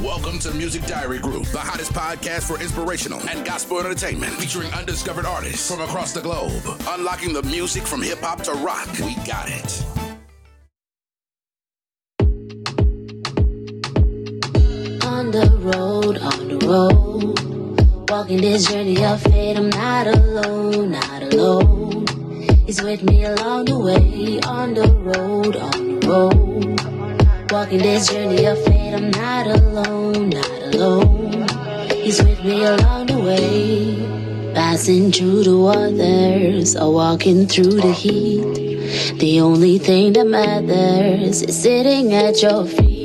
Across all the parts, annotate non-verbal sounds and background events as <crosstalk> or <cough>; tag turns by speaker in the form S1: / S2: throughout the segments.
S1: Welcome to Music Diary Group, the hottest podcast for inspirational and gospel entertainment, featuring undiscovered artists from across the globe, unlocking the music from hip hop to rock. We got it.
S2: on the road, on the road. Walking this journey of fate, I'm not alone, not alone. He's with me along the way, on the road, on the road. Walking this journey of fate, I'm not alone, not alone. He's with me along the way. Passing through the waters or walking through the heat. The only thing that matters is sitting at your feet.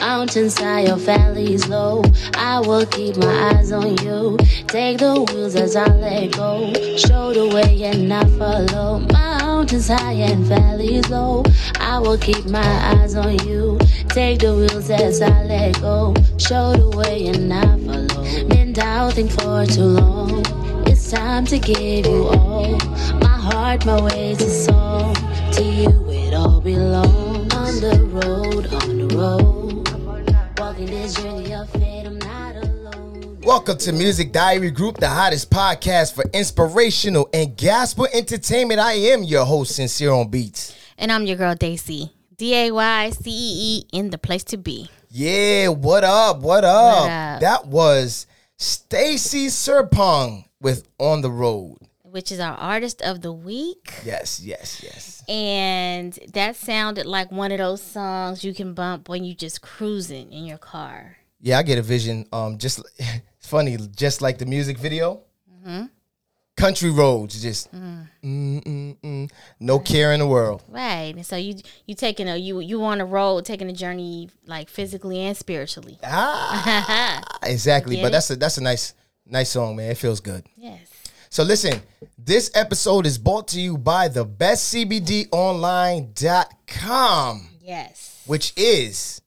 S2: Mountains high or valleys low, I will keep my eyes on you. Take the wheels as I let go, show the way and I follow. Mountains high and valleys low, I will keep my eyes on you. Take the wheels as I let go, show the way and I follow. Been doubting for too long, it's time to give you all. My heart, my ways, and soul. To you it all belongs. On the road, on the road, walking this journey of fate, I'm not alone.
S3: Welcome to Music Diary Group, the hottest podcast for inspirational and gospel entertainment. I am your host, Sincere on Beats.
S4: And I'm your girl Daisy. D A Y C E E in the place to be.
S3: Yeah, what up? What up?
S4: up?
S3: That was Stacy Serpong with On the Road.
S4: Which is our artist of the week.
S3: Yes, yes, yes.
S4: And that sounded like one of those songs you can bump when you just cruising in your car.
S3: Yeah, I get a vision. Um, just <laughs> it's funny, just like the music video. Country roads, just Mm-hmm. mm, mm, mm. no care in the <laughs> world.
S4: Right. And so you you taking a you you on a road, taking a journey like physically and spiritually. <laughs>
S3: Ah, exactly. but that's a that's a nice nice song, man. It feels good.
S4: Yes.
S3: So listen, this episode is brought to you by the bestcbdonline.com,
S4: Yes.
S3: which is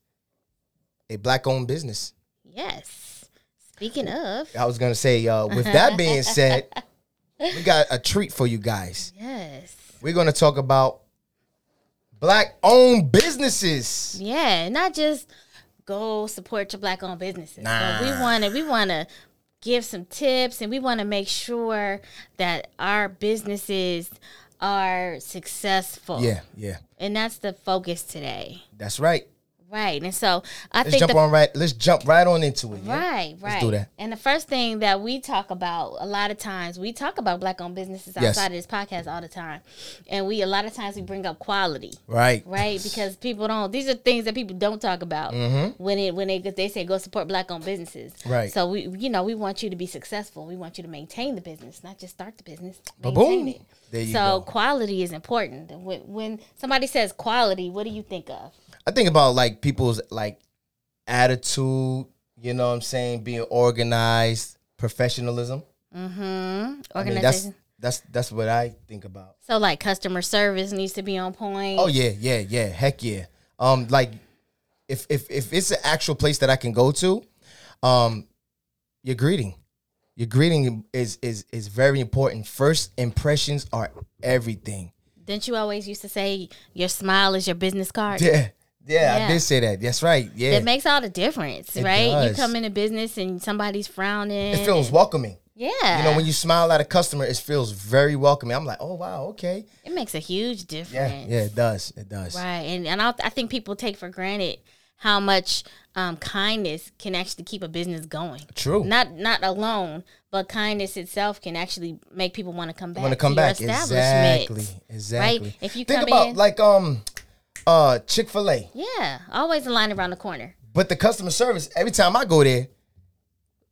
S3: a black owned business.
S4: Yes. Speaking of,
S3: I was gonna say, uh, with
S4: <laughs>
S3: that being said, we got a treat for you guys.
S4: yes.
S3: We're gonna talk about black owned businesses.
S4: Yeah, not just go support your black owned businesses. But we
S3: Nah.
S4: wanna we wanna give some tips and we wanna make sure that our businesses are successful.
S3: Yeah, yeah.
S4: And that's the focus today.
S3: That's right.
S4: Right. And so I
S3: Let's
S4: think
S3: jump
S4: the
S3: on right let's jump right on into it. yeah?
S4: Right, right.
S3: do that.
S4: And the first thing that we talk about a lot of times, we talk about black owned businesses
S3: Yes.
S4: outside of this podcast all the time. And we a lot of times we bring up quality
S3: Right.
S4: right? Because people don't. These are things that people don't talk about when it when they they say go support black owned businesses,
S3: Mm-hmm. Right.
S4: So we you know we want you to be successful. We want you to maintain the business, not just start the business.
S3: Ba-boom.
S4: maintain it.
S3: There you
S4: so
S3: go.
S4: quality is important. When, when somebody says quality, what do you think of?
S3: I think about like people's like attitude, you know what I'm saying, being organized, professionalism. I mean, that's
S4: Mm-hmm. Organization.
S3: that's that's what I think about.
S4: so like customer service needs to be on point.
S3: Oh yeah, yeah, yeah. Heck yeah. Um like if if if it's an actual place that I can go to, um your greeting. Your greeting is is is very important. First impressions are everything. <laughs>
S4: Didn't you always used to say your smile is your business card?
S3: Yeah. Yeah, I
S4: Yeah.
S3: did say that. That's right. Yeah.
S4: It makes all the difference,
S3: It
S4: right?
S3: does.
S4: You come into business and somebody's frowning.
S3: it feels welcoming.
S4: yeah.
S3: You know, when you smile at a customer, it feels very welcoming. I'm like, oh wow, okay,
S4: It makes a huge
S3: yeah,
S4: difference.
S3: yeah, it does, it does.
S4: Right. And and I, I think people take for granted how much um, kindness can actually keep a business going.
S3: True.
S4: Not not alone, but kindness itself can actually make people want to come back.
S3: Want to come
S4: to your
S3: back?
S4: establishment.
S3: Exactly, exactly.
S4: If you
S3: think
S4: come
S3: about
S4: in-
S3: like um, uh, Chick Fil A,
S4: Yeah. Always a line around the corner.
S3: but the customer service every time I go there,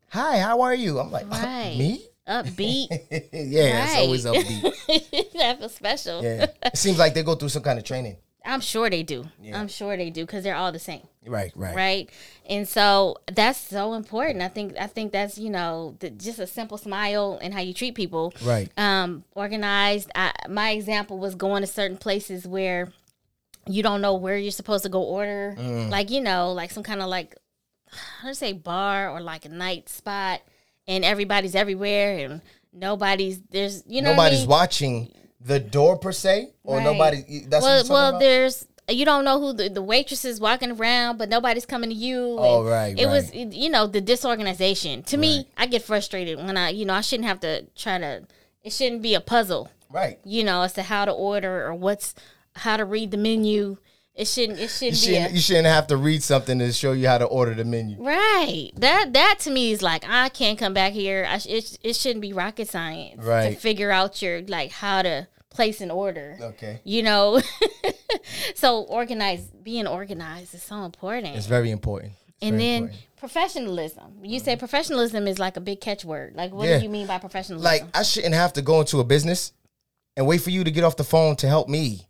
S3: hi, how are you? I'm like, "Uh,
S4: Right.
S3: me? <laughs>
S4: Upbeat. <laughs>
S3: yeah, it's
S4: Right.
S3: always
S4: <laughs>
S3: upbeat.
S4: that feels special.
S3: Yeah, it seems like they go through some kind of training.
S4: I'm sure they do. I'm sure they do because they're all the same.
S3: Right, right,
S4: right and so that's so important i think i think that's you know the, just a simple smile and how you treat people
S3: Right.
S4: um organized I, my example was going to certain places where you don't know where you're supposed to go order
S3: Mm.
S4: like you know like some kind of like how to say bar or like a night spot and everybody's everywhere and nobody's there's you know what I
S3: Nobody's
S4: mean?
S3: watching the door per se, or
S4: Right.
S3: nobody. That's what
S4: well,
S3: you're talking
S4: well
S3: about?
S4: there's you don't know who the, the waitress is walking around, but nobody's coming to you.
S3: Oh,
S4: and
S3: right,
S4: It
S3: right.
S4: was, you know, the disorganization. To me, I get frustrated when I, you know, I shouldn't have to try to, it shouldn't be a puzzle,
S3: Right.
S4: you know, as to how to order or what's, how to read the menu. It shouldn't, it
S3: You
S4: shouldn't be.
S3: shouldn't,
S4: A,
S3: you shouldn't have to read something to show you how to order the menu.
S4: right. That, that to me is like, I can't come back here. I, sh- it, it shouldn't be rocket science to
S3: Right.
S4: figure out your, like, how to place an order.
S3: Okay.
S4: you know <laughs> so organized being organized is so important
S3: It's very important. It's
S4: and
S3: very
S4: then
S3: important. Mm-hmm.
S4: professionalism you say professionalism is like a big catchword like what
S3: Yeah.
S4: do you mean by professionalism
S3: like I shouldn't have to go into a business and wait for you to get off the phone to help me.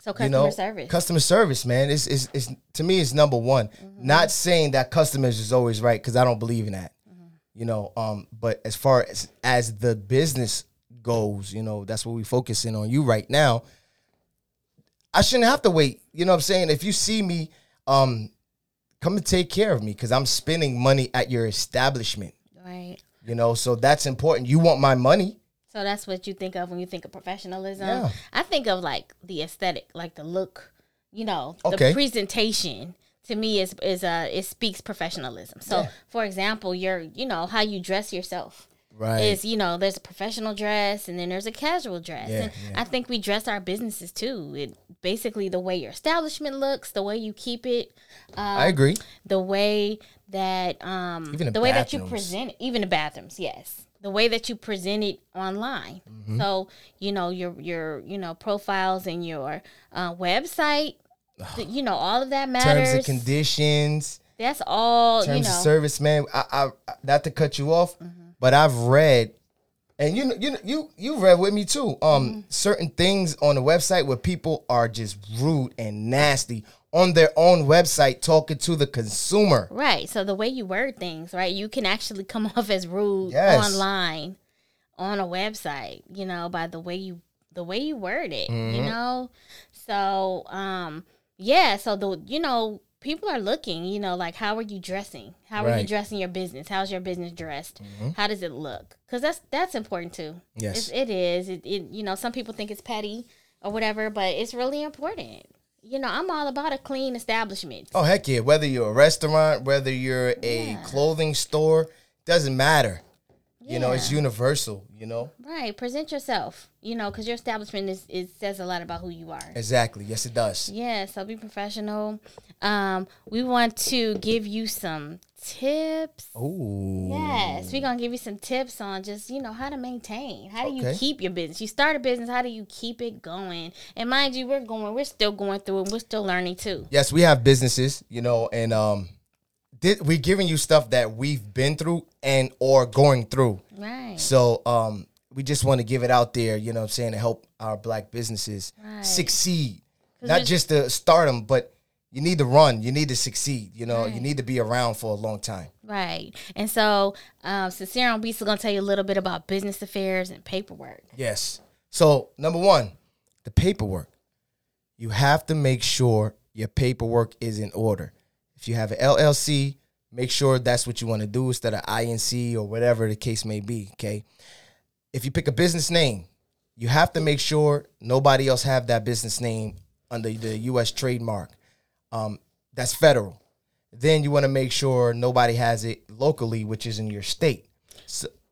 S4: so customer
S3: you know,
S4: service
S3: customer service, man. It's, it's, it's to me it's number one.
S4: Mm-hmm.
S3: Not saying that customers is always right because I don't believe in that.
S4: Mm-hmm.
S3: You know, um, but as far as as the business goes, you know, that's what we focusing on you right now. I shouldn't have to wait. You know what I'm saying? If you see me, um, come and take care of me because I'm spending money at your establishment.
S4: right
S3: You know, so that's important. You want my money.
S4: so that's what you think of when you think of professionalism
S3: Yeah.
S4: i think of like the aesthetic like the look you know
S3: Okay.
S4: the presentation to me is is uh it speaks professionalism so for example your you know how you dress yourself
S3: Right.
S4: is you know there's a professional dress and then there's a casual dress
S3: Yeah,
S4: and i think we dress our businesses too it basically the way your establishment looks the way you keep it
S3: I agree.
S4: the way that um
S3: Even the
S4: the, way that you
S3: bathrooms.
S4: present it, even the bathrooms yes the way that you present it online
S3: Mm-hmm.
S4: so you know your your you know profiles and your uh, website th- you know all of that
S3: Terms
S4: matters
S3: and conditions.
S4: that's all
S3: terms
S4: you know Mm-hmm.
S3: of service, man. I, I not to cut you off, but I've read, and you know, you know- you you read with me too. Um,
S4: Mm-hmm.
S3: certain things on the website where people are just rude and nasty on their own website, talking to the consumer.
S4: Right. So the way you word things, right? You can actually come <laughs> off as rude
S3: Yes.
S4: online on a website, you know, by the way you the way you word it,
S3: Mm-hmm.
S4: you know? So, um yeah, so the you know, people are looking, you know, like how are you dressing? How are you
S3: Right. Mm-hmm.
S4: dressing your business? How's your business dressed? How does it look? Cuz that's that's important too.
S3: Yes.
S4: It's, it is. It, it you know, some people think it's petty or whatever, but it's really important. You know, I'm all about a clean establishment.
S3: Oh heck yeah! Whether you're a restaurant, whether you're a clothing store, doesn't matter. You know, it's universal. You know,
S4: Right, present yourself. You know, because your establishment is it says a lot about who you are.
S3: exactly. Yes, it does.
S4: Yeah, so be professional. Um, we want to give you some tips.
S3: Ooh,
S4: Yes, we're gonna give you some tips on just you know how to maintain. How do you
S3: Okay.
S4: keep your business? You start a business. How do you keep it going? And mind you, we're going. We're still going through, and we're still learning too.
S3: yes, we have businesses, you know, and um, thi- we're giving you stuff that we've been through and or going through.
S4: Right.
S3: So um, we just want to give it out there, you know, what I'm saying to help our black businesses succeed, not just to start them, but you need to run, you need to succeed, you know, you need to be around for a long time.
S4: Right. And so, um, Sincere and Beast is gonna tell you a little bit about business affairs and paperwork.
S3: Yes. So number one, the paperwork. You have to make sure your paperwork is in order. If you have an LLC, make sure that's what you want to do instead of INC or whatever the case may be. Okay. If you pick a business name, you have to make sure nobody else have that business name under the U.S. trademark. Um, that's federal. Then you want to make sure nobody has it locally, which is in your state.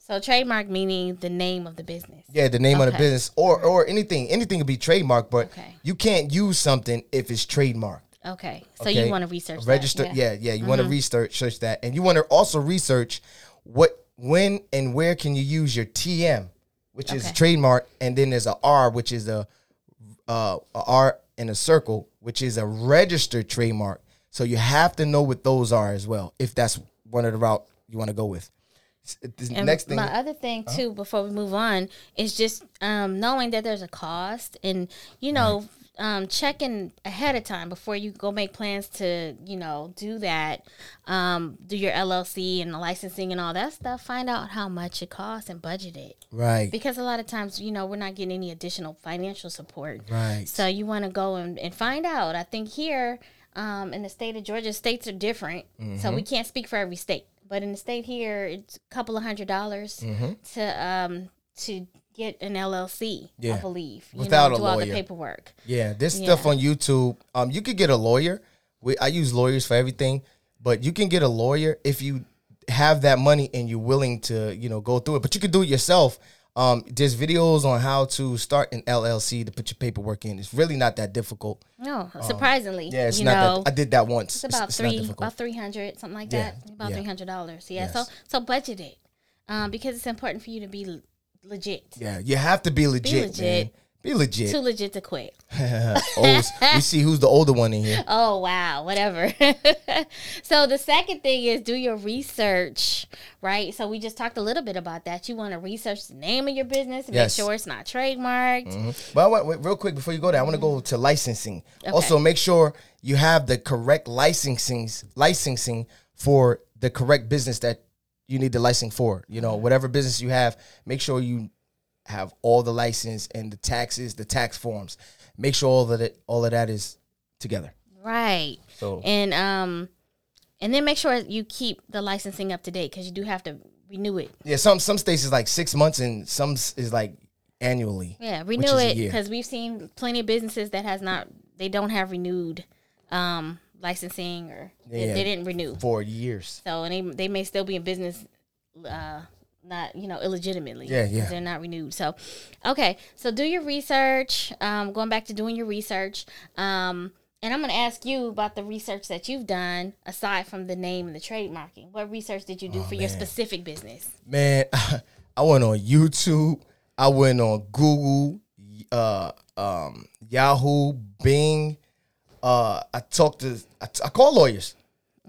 S4: So trademark meaning the name of the business.
S3: Yeah, the name of the
S4: Okay.
S3: business or or anything. Anything could be trademarked, but
S4: Okay.
S3: you can't use something if it's trademarked.
S4: Okay. So
S3: okay?
S4: you want to research that, Mm-hmm.
S3: Register yeah. yeah, You want to research search that. And you want to also research what when and where can you use your TM, which is
S4: Okay.
S3: trademark, and then there's a R which is a uh a R in a circle, which is a registered trademark. So you have to know what those are as well, if that's one of the route you want to go with. S- the
S4: And
S3: next thing
S4: my other thing too, before we move on, is just um, knowing that there's a cost, and you know, um, checking ahead of time before you go make plans to, you know, do that, um, do your LLC and the licensing and all that stuff. Find out how much it costs and budget it.
S3: right.
S4: because a lot of times you know we're not getting any additional financial support
S3: Right.
S4: so you want to go and, and find out i think here um, in the state of georgia states are different so we
S3: Mm-hmm.
S4: can't speak for every
S3: Mm-hmm.
S4: state but in the state here it's a couple of hundred dollars to um, to get an LLC,
S3: Yeah.
S4: I believe, you
S3: Without
S4: know,
S3: a
S4: do all the
S3: lawyer.
S4: paperwork.
S3: Yeah, this
S4: Yeah.
S3: stuff on YouTube. Um, you could get a lawyer. We I use lawyers for everything, but you can get a lawyer if you have that money and you're willing to, you know, go through it. But you can do it yourself. Um, there's videos on how to start an LLC to put your paperwork in. It's really not that difficult.
S4: No, surprisingly,
S3: Um, Yeah, it's
S4: you
S3: not
S4: know,
S3: that. I did that once.
S4: it's about
S3: it's
S4: three,
S3: not difficult.
S4: about three hundred, something like
S3: Yeah,
S4: that, about
S3: yeah.
S4: three hundred dollars. Yeah, so so budget it, um, because it's important for you to be l- legit,
S3: yeah, you have to be legit, man.
S4: legit.
S3: Be legit.
S4: too legit to quit.
S3: Oh,
S4: <laughs>
S3: we see who's the older one in here.
S4: Oh wow, whatever. <laughs> so the second thing is do your research, right? So we just talked a little bit about that. You want to research the name of your business, make
S3: Yes.
S4: sure it's not trademarked.
S3: Mm-hmm. But I want, wait, real quick before you go there, I want to
S4: Mm-hmm.
S3: go to licensing. Also, make sure you have the correct licensing licensing for the correct business that you need the license for. You
S4: Mm-hmm.
S3: know, whatever business you have, make sure you have all the license and the taxes, the tax forms. Make sure all of it, all of that is together.
S4: Right.
S3: So
S4: And um and then make sure you keep the licensing up to date cuz you do have to renew it.
S3: yeah, some some states is like six months and some s- is like annually.
S4: Yeah,
S3: which
S4: renew
S3: is a
S4: it
S3: year.
S4: because we've seen plenty of businesses that has not they don't have renewed um licensing or they,
S3: Yeah.
S4: they didn't renew.
S3: for years.
S4: So and they they may still be in business, uh, not you know illegitimately.
S3: Yeah, yeah.
S4: 'cause They're not renewed. So, okay. So do your research. Um, going back to doing your research. Um, and I'm gonna ask you about the research that you've done aside from the name and the trademarking. What research did
S3: Oh,
S4: you do for your specific business?
S3: man <laughs> i went on youtube i went on google uh um yahoo bing uh i talked to i, I call lawyers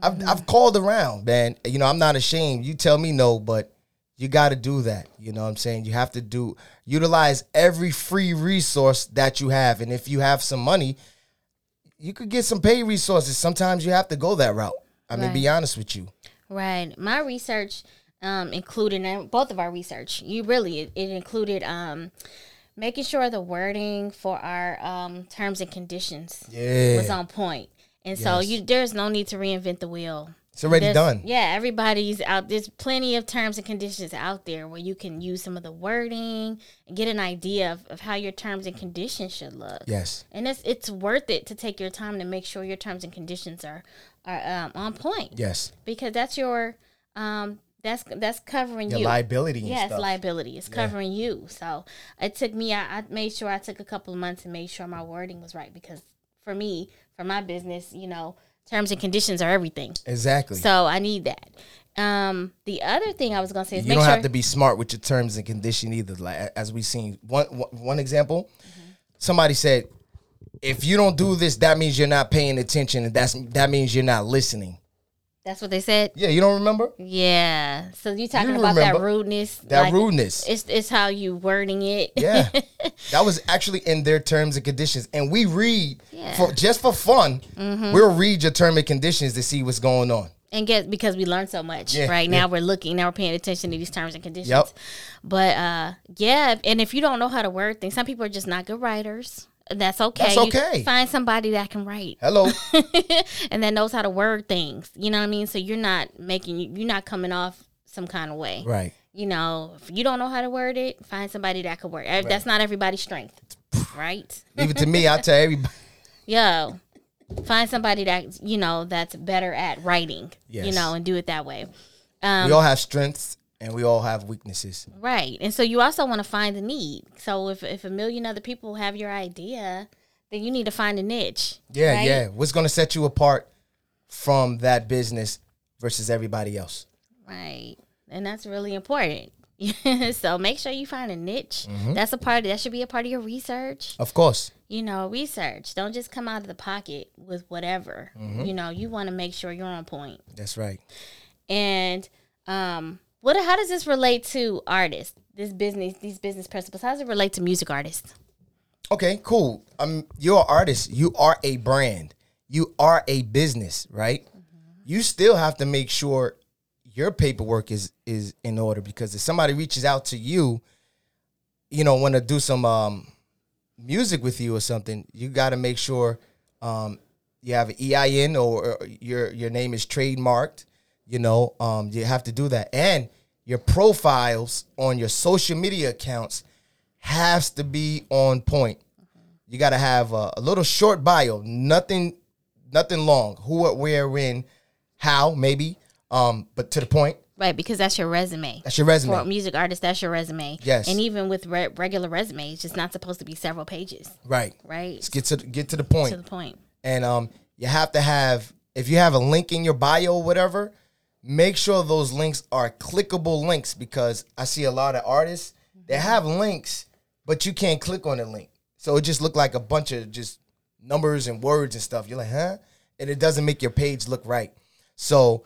S3: I've,
S4: Mm-hmm.
S3: I've called around man you know i'm not ashamed you tell me no but you got to do that you know what i'm saying you have to do utilize every free resource that you have and if you have some money you could get some paid resources sometimes you have to go that route i mean be honest with you
S4: Right. My research um, included and both of our research. You really it, it included um, making sure the wording for our um, terms and conditions
S3: Yeah.
S4: was on point. And so you there's no need to reinvent the wheel.
S3: it's already
S4: There's-
S3: done
S4: Yeah, everybody's out. There's plenty of terms and conditions out there where you can use some of the wording and get an idea of, of how your terms and conditions should look.
S3: yes
S4: And it's it's worth it to take your time to make sure your terms and conditions are are um, on point
S3: yes
S4: because that's your um that's that's covering
S3: your
S4: you.
S3: liability and
S4: yeah, it's
S3: stuff.
S4: liability. It's covering you. So it took me. I, I made sure I took a couple of months and made sure my wording was right because for me, for my business, you know, terms and conditions are everything.
S3: exactly.
S4: So I need that. Um, the other thing I was gonna say is
S3: you
S4: make
S3: don't
S4: sure
S3: have to be smart with your terms and condition either. Like as we've seen, one one- one example,
S4: Mm-hmm.
S3: somebody said, "If you don't do this, that means you're not paying attention, and that's that means you're not listening."
S4: that's what they said.
S3: Yeah, you don't remember
S4: Yeah. So you talking
S3: You
S4: about that
S3: remember
S4: rudeness?
S3: that
S4: like, <laughs>
S3: rudeness.
S4: It's it's how you wording it.
S3: yeah, that was actually in their terms and conditions, and we read
S4: Yeah. Mm-hmm.
S3: for just for fun. We'll read your term and conditions to see what's going on.
S4: and get because we learned so much
S3: Yeah,
S4: right
S3: yeah.
S4: now we're looking now we're paying attention to these terms and conditions
S3: Yep.
S4: but uh yeah and if you don't know how to word things some people are just not good writers that's okay
S3: That's
S4: You
S3: okay.
S4: find somebody that can write <laughs>
S3: Hello,
S4: and that knows how to word things you know what i mean so you're not making you're not coming off some kind of way
S3: right?
S4: you know if you don't know how to word it find somebody that could word it. that's not everybody's strength right
S3: Leave it to me. I tell everybody.
S4: yo find somebody that you know that's better at writing you
S3: Yes.
S4: know and do it that way Um,
S3: we all have strengths and we all have weaknesses.
S4: Right. And so you also want to find the need. So if, if a million other people have your idea, then you need to find a niche.
S3: Yeah,
S4: right?
S3: yeah. What's going to set you apart from that business versus everybody else?
S4: Right. And that's really important. <laughs> so make sure you find a niche. That's a part that should be a part of your research.
S3: Of course.
S4: You know, research. Don't just come out of the pocket with whatever. You know, you want to make sure you're on point.
S3: That's right.
S4: And um what how does this relate to artists? This business, these business principles. How does it relate to music artists?
S3: Okay, cool. Um, you're an artist. You are a brand. You are a business, right? You still have to make sure your paperwork is is in order because if somebody reaches out to you, you know, want to do some um, music with you or something, you got to make sure um, you have an EIN or, or your your name is trademarked. You know, um, you have to do that, and your profiles on your social media accounts has to be on point. You got to have a, a little short bio, nothing, nothing long. Who, what, where, when, how, maybe, um, but to the point.
S4: Right, because that's your resume.
S3: That's your resume.
S4: For a music artist, that's your resume.
S3: Yes.
S4: And even with re- regular resumes, it's just not supposed to be several pages,
S3: right.
S4: right?
S3: Let's get to the- get to the point.
S4: To the point.
S3: and um, you have to have if you have a link in your bio or whatever make sure those links are clickable links because i see a lot of artists they have links but you can't click on the link so it just looked like a bunch of just numbers and words and stuff you're like huh and it doesn't make your page look right so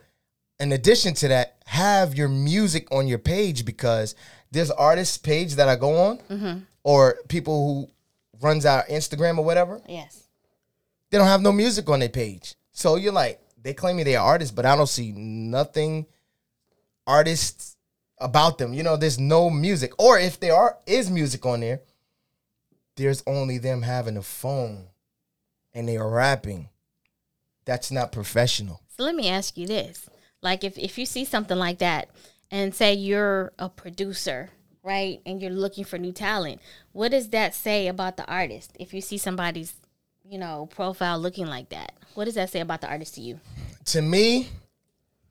S3: in addition to that, have your music on your page because there's artists' page that I go on, or people who runs our Instagram or whatever.
S4: Yes.
S3: They don't have no music on their page, so you're like, they claim they're artists, but I don't see nothing artists about them. You know, there's no music, or if there are is music on there, there's only them having a phone, and they are rapping. That's not professional.
S4: So let me ask you this. Like if, if you see something like that and say you're a producer, right? And you're looking for new talent, what does that say about the artist? If you see somebody's, you know, profile looking like that, what does that say about the artist to you?
S3: to me,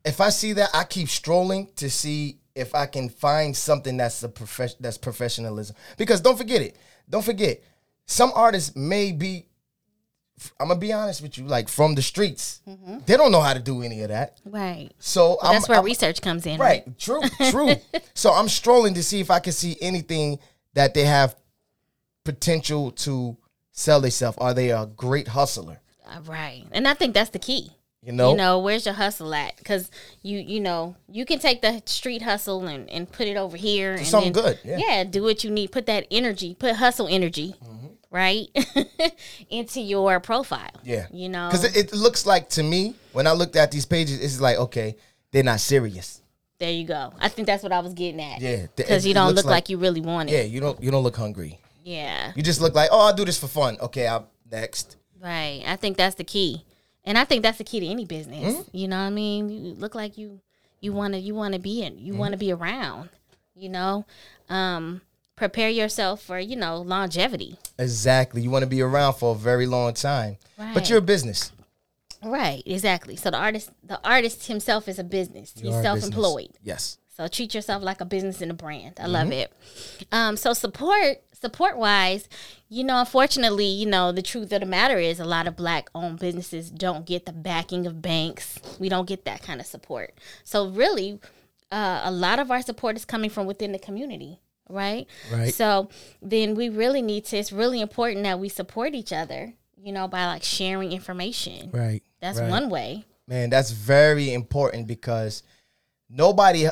S3: if I see that, I keep strolling to see if I can find something that's a prof- that's professionalism. Because don't forget it. Don't forget, some artists may be. I'm gonna be honest with you, like from the streets, they don't know how to do any of that.
S4: Right.
S3: So I'm,
S4: Mm-hmm. That's where
S3: I'm-
S4: research comes in, right?
S3: right,
S4: <laughs>
S3: true, true. so I'm strolling to see if I can see anything that they have potential to sell themselves. Are they a great hustler?
S4: Uh, Right. And I think that's the key.
S3: You know,
S4: You know, where's your hustle at? Because you, you know, you can take the street hustle and, and put it over here. and
S3: something
S4: then-
S3: good, yeah.
S4: do what you need. Put that energy, put hustle energy,
S3: Mm-hmm.
S4: right, <laughs> into your profile.
S3: Yeah.
S4: You know,
S3: Because it, it looks like to me, when I looked at these pages, it's like, okay, they're not serious.
S4: there you go. I think that's what I was getting at.
S3: Yeah, th-
S4: Because
S3: it-
S4: you
S3: it
S4: don't
S3: looks
S4: look like,
S3: like-
S4: you really want
S3: Yeah,
S4: it.
S3: you don't you don't look hungry.
S4: Yeah.
S3: You just look like, oh, I'll do this for fun. Okay, I'm next.
S4: Right. I think that's the key. And I think that's the key to any business.
S3: Mm-hmm.
S4: You know what I mean? You look like you you want to you want to be in. You
S3: Mm-hmm.
S4: want to be around, you know? Um prepare yourself for, you know, longevity.
S3: Exactly. You want to be around for a very long time.
S4: Right.
S3: But you're a business.
S4: Right. Exactly. So the artist the artist himself is a business.
S3: You
S4: He's
S3: are a business.
S4: self-employed.
S3: Yes.
S4: So treat yourself like a business and a brand. I love it.
S3: Mm-hmm.
S4: Um, so support support wise, you know, unfortunately, you know, the truth of the matter is a lot of black owned businesses don't get the backing of banks. We don't get that kind of support. So really, uh, a lot of our support is coming from within the community. Right.
S3: Right.
S4: So then we really need to. It's really important that we support each other. You know, by like sharing information.
S3: Right.
S4: That's one way.
S3: Man, that's very important because nobody,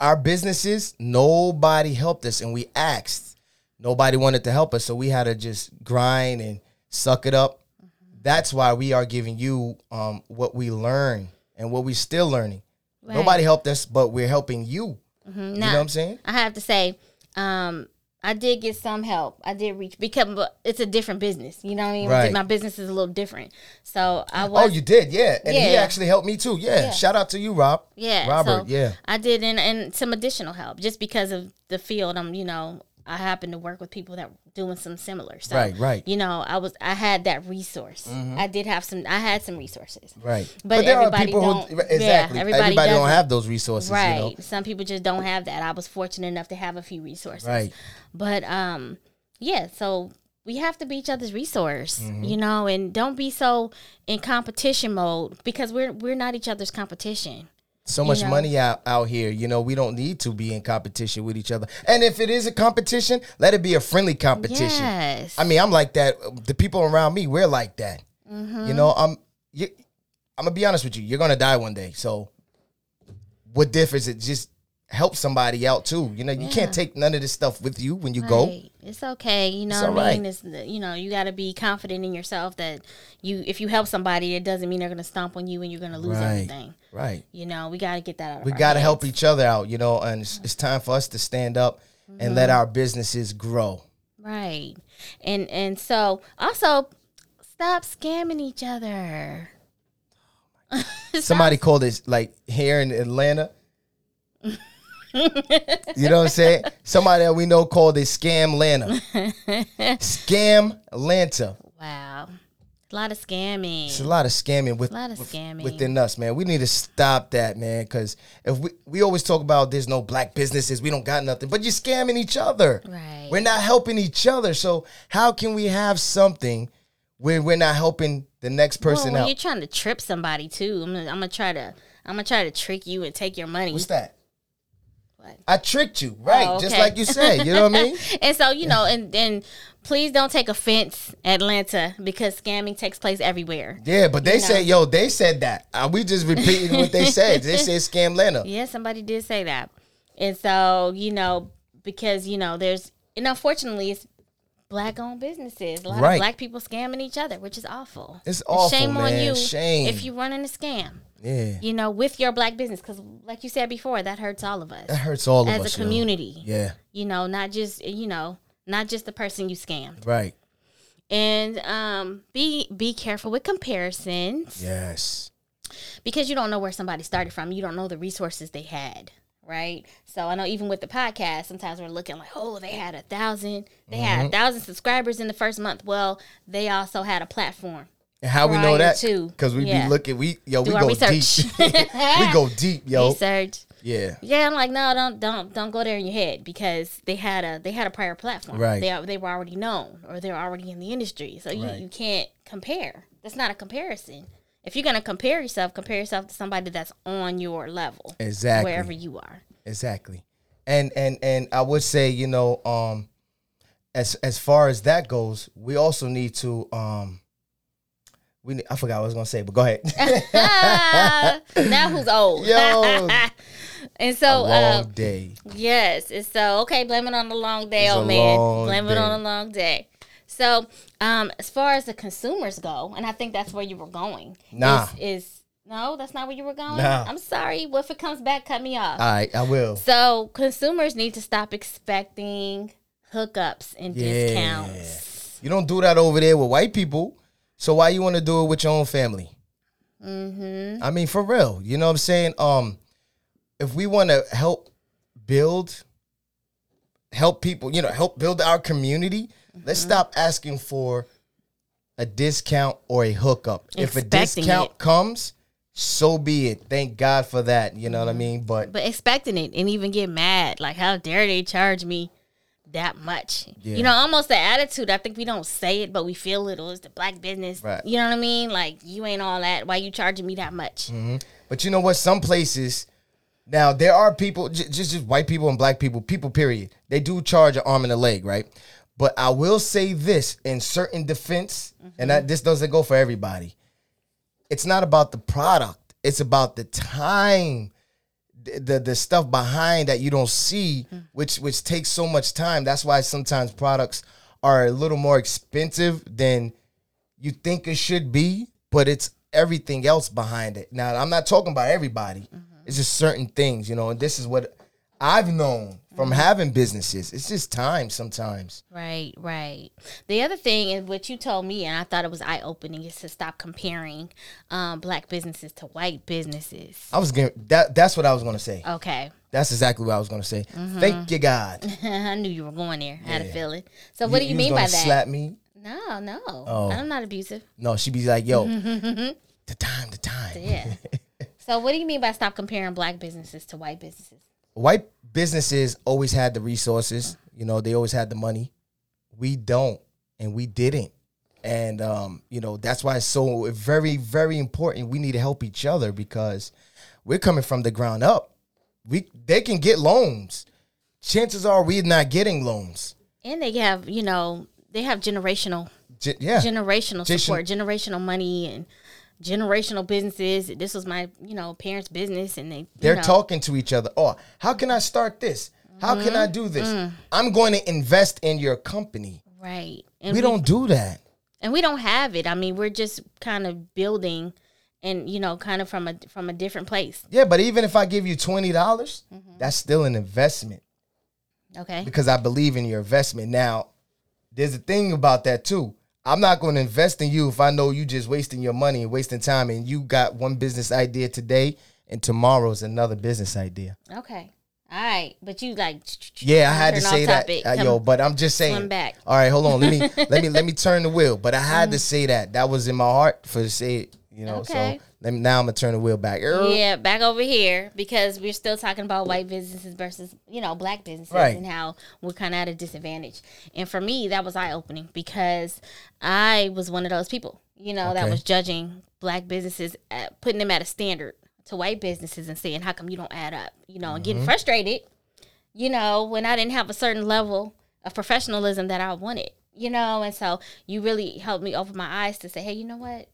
S3: our businesses, nobody helped us, and we asked. Nobody wanted to help us, so we had to just grind and suck it up.
S4: Mm-hmm.
S3: That's why we are giving you um, what we learn and what we still learning. Nobody helped us, but we're helping you.
S4: Mm-hmm.
S3: You know what I'm saying?
S4: I have to say, um, I did get some help. I did reach because but it's a different business. You know what I mean?
S3: Right.
S4: My business is a little different, so I was.
S3: Oh, you did, yeah. And he
S4: Yeah.
S3: actually helped me too. Yeah. Shout out to you, Rob.
S4: yeah,
S3: Robert.
S4: so
S3: yeah.
S4: I did, and, and some additional help just because of the field. I'm, you know, I happen to work with people that were doing some similar. So,
S3: Right, right. Mm-hmm.
S4: You know, I was, I had that resource. I did have some. I had some resources.
S3: Right.
S4: But everybody don't- yeah,
S3: exactly.
S4: everybody
S3: everybody don't
S4: doesn't.
S3: have those resources.
S4: Right.
S3: You know?
S4: Some people just don't have that. I was fortunate enough to have a few resources.
S3: Right.
S4: But um, yeah, so we have to be each other's resource,
S3: Mm-hmm.
S4: you know, and don't be so in competition mode because we're we're not each other's competition.
S3: so much
S4: know?
S3: money out, out here. You know, we don't need to be in competition with each other. And if it is a competition, let it be a friendly competition.
S4: Yes.
S3: I mean, I'm like that. The people around me, we're like that.
S4: Mm-hmm.
S3: You know, I'm. You, I'm gonna be honest with you. You're gonna die one day. So, what difference? It just help somebody out too. You know, you can't take none of this stuff with you when you go.
S4: Right. It's okay, you know.
S3: It's
S4: what I
S3: alright.
S4: mean, it's the- you know, you got to be confident in yourself that you, if you help somebody, it doesn't mean they're gonna stomp on you and you're gonna lose
S3: Right.
S4: everything.
S3: Right.
S4: You know, we got to get that out. Of
S3: we
S4: our
S3: got to
S4: heads.
S3: help each other out, you know, and it's, it's time for us to stand up and
S4: Mm-hmm.
S3: let our businesses grow.
S4: Right. And and so also stop scamming each other.
S3: Somebody called it like here in Atlanta. You know what I'm saying? Somebody that we know called it Scam Lanta. Scam Lanta.
S4: Wow. A lot of scamming.
S3: It's a lot of scamming with
S4: a lot of scamming.
S3: within us, man. We need to stop that, man, because if we we always talk about there's no black businesses, we don't got nothing, but you're scamming each other.
S4: Right.
S3: We're not helping each other. So how can we have something where we're not helping the next
S4: well,
S3: person
S4: when you're
S3: out?
S4: trying to trip somebody too, I'm gonna, I'm gonna try to I'm gonna try to trick you and take your money.
S3: What's that?
S4: What?
S3: I tricked you, right?
S4: Oh,
S3: Just
S4: okay.
S3: like you said. You know what I
S4: <laughs>
S3: mean?
S4: <laughs> And so you know, and and please don't take offense, Atlanta, because scamming takes place everywhere.
S3: Yeah, but they said, yo, they said that. Are we just repeating what they said? They
S4: <laughs>
S3: said scam Lanta.
S4: Yeah, somebody did say that. And so, you know, because, you know, there's, and unfortunately, it's black owned businesses. A lot
S3: Right.
S4: of black people scamming each other, which is awful.
S3: It's
S4: And
S3: awful,
S4: Shame on
S3: man.
S4: you
S3: Shame.
S4: if you're running a scam,
S3: Yeah.
S4: you know, with your black business. Because, like you said before, that hurts all of us
S3: That hurts all
S4: as
S3: of us.
S4: a
S3: yo.
S4: community.
S3: Yeah.
S4: You know, not just, you know, not just the person you scammed.
S3: Right.
S4: And um, be be careful with comparisons.
S3: Yes.
S4: because you don't know where somebody started from. You don't know the resources they had, right? So I know even with the podcast, sometimes we're looking like, oh, they had a thousand, they had a thousand subscribers in the first month. Well, they also had a platform.
S3: And how we know
S4: Prior
S3: that?
S4: to,
S3: Because we
S4: yeah.
S3: be looking, we yo,
S4: Do
S3: we
S4: our
S3: go
S4: research.
S3: deep. <laughs>
S4: <laughs>
S3: we go deep, yo.
S4: Research.
S3: Yeah.
S4: Yeah, I'm like, no, don't, don't, don't go there in your head because they had a, they had a prior platform.
S3: Right.
S4: They, are- they were already known or they're already in the industry, so you,
S3: Right.
S4: you can't compare. That's not a comparison. If you're gonna compare yourself, compare yourself to somebody that's on your level,
S3: Exactly.
S4: wherever you are. <laughs>
S3: Exactly. And and and I would say, you know, um as as far as that goes, we also need to um we need, I forgot what I was gonna say, but go ahead.
S4: Ah, now who's old?
S3: Yo.
S4: <laughs> and so, uh,
S3: <laughs> Long day.
S4: yes, and so okay. Blame it on the long day,
S3: It's a
S4: old man.
S3: long
S4: Blame it
S3: day.
S4: on a long day. So, um, as far as the consumers go, and I think that's where you were going.
S3: Nah.
S4: is, is no, that's not where you were going.
S3: Nah.
S4: I'm sorry. Well, if it comes back, cut me off.
S3: All right, I will.
S4: so, consumers need to stop expecting hookups and
S3: Yeah.
S4: discounts.
S3: You don't do that over there with white people. So why you want to do it with your own family? Mm-hmm. I mean, for real. You know what I'm saying? Um, if we want to help build, help people, you know, help build our community, let's
S4: Mm-hmm.
S3: stop asking for a discount or a hookup. if a
S4: Expecting
S3: discount
S4: it.
S3: comes, so be it. Thank God for that. You know what I
S4: Mm-hmm.
S3: mean? But,
S4: but expecting it and even get mad like how dare they charge me that much
S3: Yeah.
S4: you know almost the attitude i think we don't say it but we feel it oh, it's the black business
S3: Right.
S4: you know what i mean like you ain't all that why you charging me that much
S3: Mm-hmm. but you know what? Some places. Now there are people, j- just just white people and black people, people period. They do charge an arm and a leg, right? But I will say this in certain defense, and that, this doesn't go for everybody. It's not about the product; it's about the time, the the, the stuff behind that you don't see, which which takes so much time. That's why sometimes products are a little more expensive than you think it should be, but it's everything else behind it. Now, I'm not talking about everybody.
S4: Mm-hmm.
S3: It's just certain things, you know, and this is what I've known from
S4: Mm-hmm.
S3: having businesses. It's just time sometimes.
S4: right right the other thing is what you told me and i thought it was eye-opening is to stop comparing um, black businesses to white businesses
S3: I was going that that's what I was going to say.
S4: okay <laughs>
S3: That's exactly what I was going to say.
S4: Mm-hmm.
S3: Thank you God.
S4: i knew you were going there i had a
S3: Yeah.
S4: feeling so what do you
S3: was
S4: mean by
S3: gonna
S4: that
S3: Slap Oh. me?
S4: no no i'm not abusive
S3: No, she'd be like,
S4: <laughs>
S3: "Yo, the time, the time." <laughs>
S4: Yeah. so what do you mean by stop comparing black businesses to white businesses?
S3: white businesses always had the resources you know they always had the money we don't and we didn't and um, you know that's why it's so very very important we need to help each other because we're coming from the ground up we they can get loans chances are we're not getting loans
S4: And they have, you know, they have generational
S3: Ge- yeah
S4: generational
S3: Gen-
S4: support, generational money and generational businesses. This was my, you know, parents' business and they
S3: they're
S4: you know,
S3: talking to each other oh how can i start this how can i do this i'm going to invest in your company
S4: right. And
S3: we don't do that
S4: and we don't have it. I mean, we're just kind of building and you know, kind of from a from a different place.
S3: Yeah, but even if I give you twenty dollars,
S4: Mm-hmm.
S3: that's still an investment
S4: Okay.
S3: because I believe in your investment. Now, there's a thing about that too. I'm not going to invest in you if I know you just wasting your money and wasting time, and you got one business idea today, and tomorrow's another business idea.
S4: Okay. All right, but you like
S3: Yeah, I had to
S4: turn off
S3: say that,
S4: topic.
S3: uh,
S4: Come-
S3: yo. But I'm just saying.
S4: Swim back. Mm.
S3: All right, hold on. Let
S4: <laughs>
S3: me let me let me turn the wheel. But I had to say that. That was in my heart for to say it. You know.
S4: Okay.
S3: So let me, now I'm gonna turn the wheel back. Er,
S4: Yeah, back over here because we're still talking about white businesses versus you know black businesses
S3: Right.
S4: and how we're kind of at a disadvantage. And for me, that was eye opening because I was one of those people, you know, that
S3: Okay.
S4: was judging black businesses, at, putting them at a standard to white businesses and saying, "How come you don't add up?" You know,
S3: Mm-hmm.
S4: and getting frustrated, you know, when I didn't have a certain level of professionalism that I wanted, you know, and so you really helped me open my eyes to say, "Hey, you know what?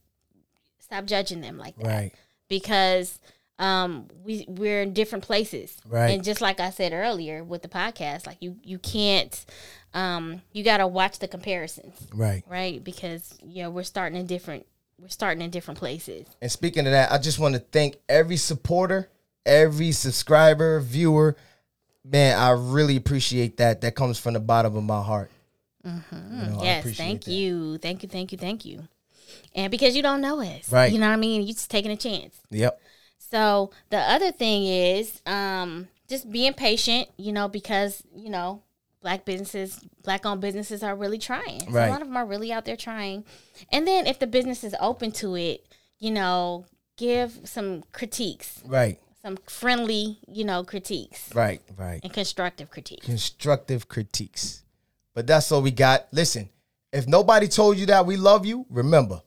S4: Stop judging them like that."
S3: Right.
S4: because um we we're in different places
S3: Right.
S4: and just like i said earlier with the podcast like you you can't um you got to watch the comparisons
S3: Right.
S4: right because you know we're starting in different we're starting in different places
S3: And speaking of that, I just want to thank every supporter, every subscriber, viewer. Man, I really appreciate that. That comes from the bottom of my heart. You know, I
S4: yes
S3: appreciate
S4: thank
S3: that.
S4: you thank you thank you thank you and because you don't know us
S3: Right.
S4: you know what i mean you're just taking a chance
S3: Yep.
S4: So the other thing is um, just being patient, you know, because you know black businesses, black owned businesses are really trying. So
S3: Right.
S4: a lot of them are really out there trying. And then if the business is open to it, you know, give some critiques,
S3: Right.
S4: some friendly, you know, critiques
S3: Right. Right.
S4: and constructive critiques.
S3: constructive critiques. But that's all we got. Listen, if nobody told you that we love you, remember,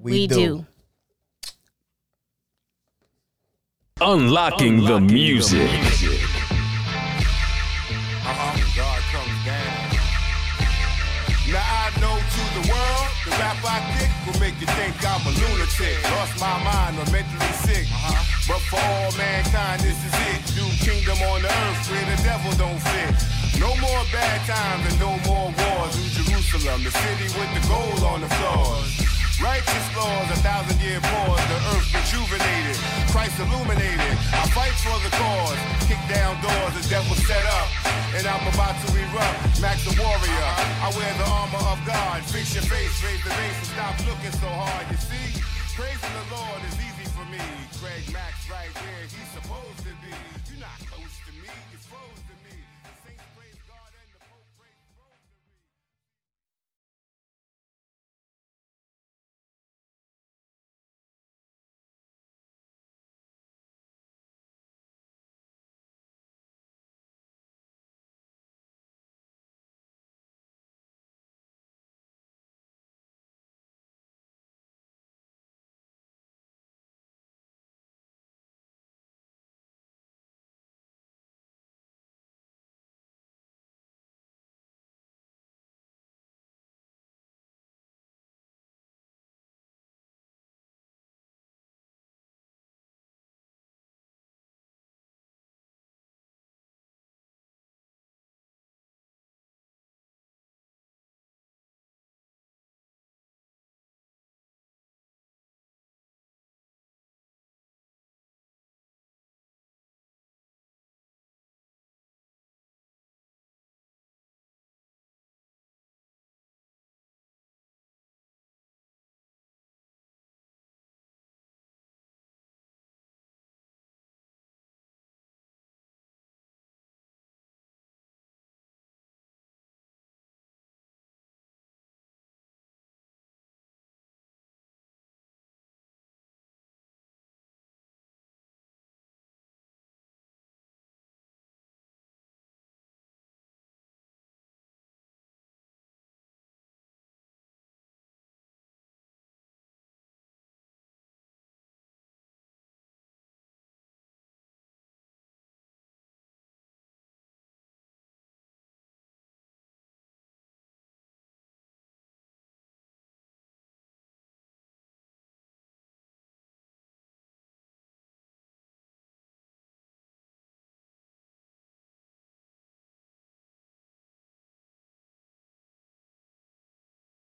S3: we, do.
S5: Unlocking, the music.
S6: Uh-huh. God comes down. Now I know to the world, the rap I kick will make you think I'm a lunatic. Lost my mind or mentally sick. But for all mankind, this is it. New kingdom on the earth where the devil don't fit. No more bad times and no more wars. New Jerusalem, the city with the gold on the floors. Righteous laws, a thousand year pause, the earth rejuvenated, Christ illuminated. I fight for the cause, kick down doors the devil set up, and I'm about to erupt. Max the warrior, I wear the armor of God. Fix your face, raise the race, and stop looking so hard. You see, praising the Lord is easy for me. Greg Max right where he's supposed to be. You're not close to me, you're foes to me. The saints praise-